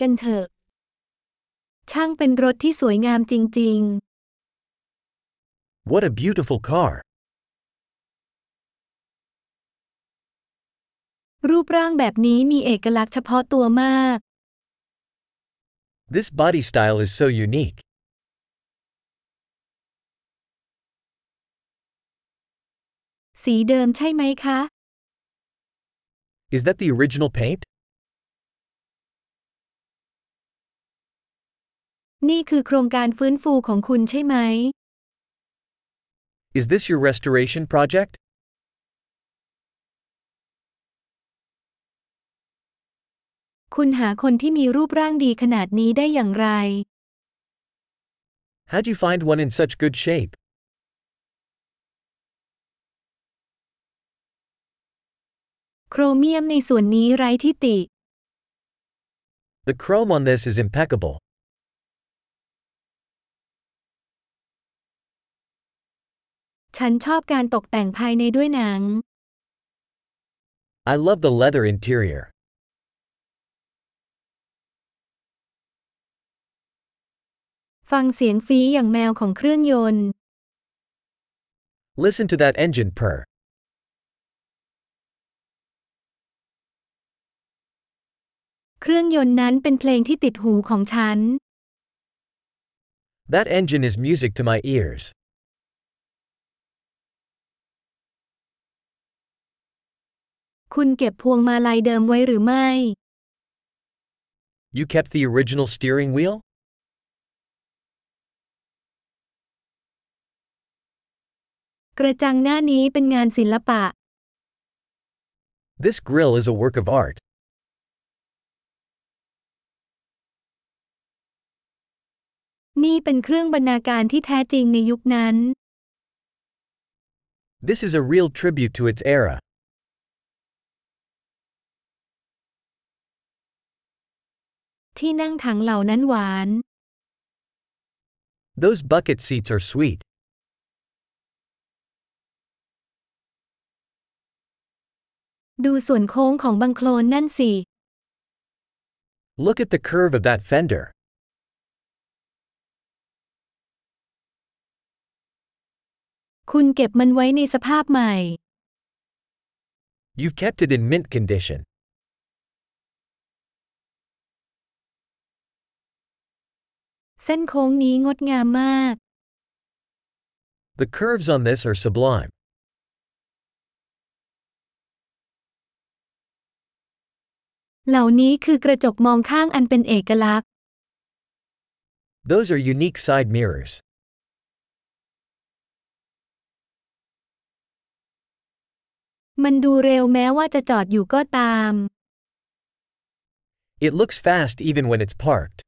กันเถอะ ช่างเป็นรถที่สวยงามจริง What a beautiful car! ๆ รูปร่างแบบนี้มีเอกลักษณ์เฉพาะตัวมาก This body style is so unique. สีเดิมใช่ไหมคะ Is that the original paint? นี่คือโครงการฟื้นฟูของคุณใช่ไหม Is this your restoration project? คุณหาคนที่มีรูปร่างดีขนาดนี้ได้อย่างไร How'd you find one in such good shape? โครเมียมในส่วนนี้ไร้ที่ติ The chrome on this is impeccable. ฉันชอบการตกแต่งภายในด้วยหนัง I love the leather interior. ฟังเสียงฟีอย่างแมวของเครื่องยนต์ Listen to that engine purr. เครื่องยนต์นั้นเป็นเพลงที่ติดหูของฉัน That engine is music to my ears. คุณเก็บพวงมาลัยเดิมไว้หรือไม่ You kept the original steering wheel? กระจังหน้านี้เป็นงานศิลปะ This grill is a work of art. นี่เป็นเครื่องบรรณาการที่แท้จริงในยุคนั้น This is a real tribute to its era. ที่นั่งถังเหล่านั้นหวาน Those bucket seats are sweet. ดูส่วนโค้งของบังโคลนนั่นสิ Look at the curve of that fender. คุณเก็บมันไว้ในสภาพใหม่ You've kept it in mint condition. เส้นโค้งนี้งดงามมาก The curves on this are sublime. เหล่านี้คือกระจกมองข้างอันเป็นเอกลักษณ์ Those are unique side mirrors. มันดูเร็วแม้ว่าจะจอดอยู่ก็ตาม It looks fast even when it's parked.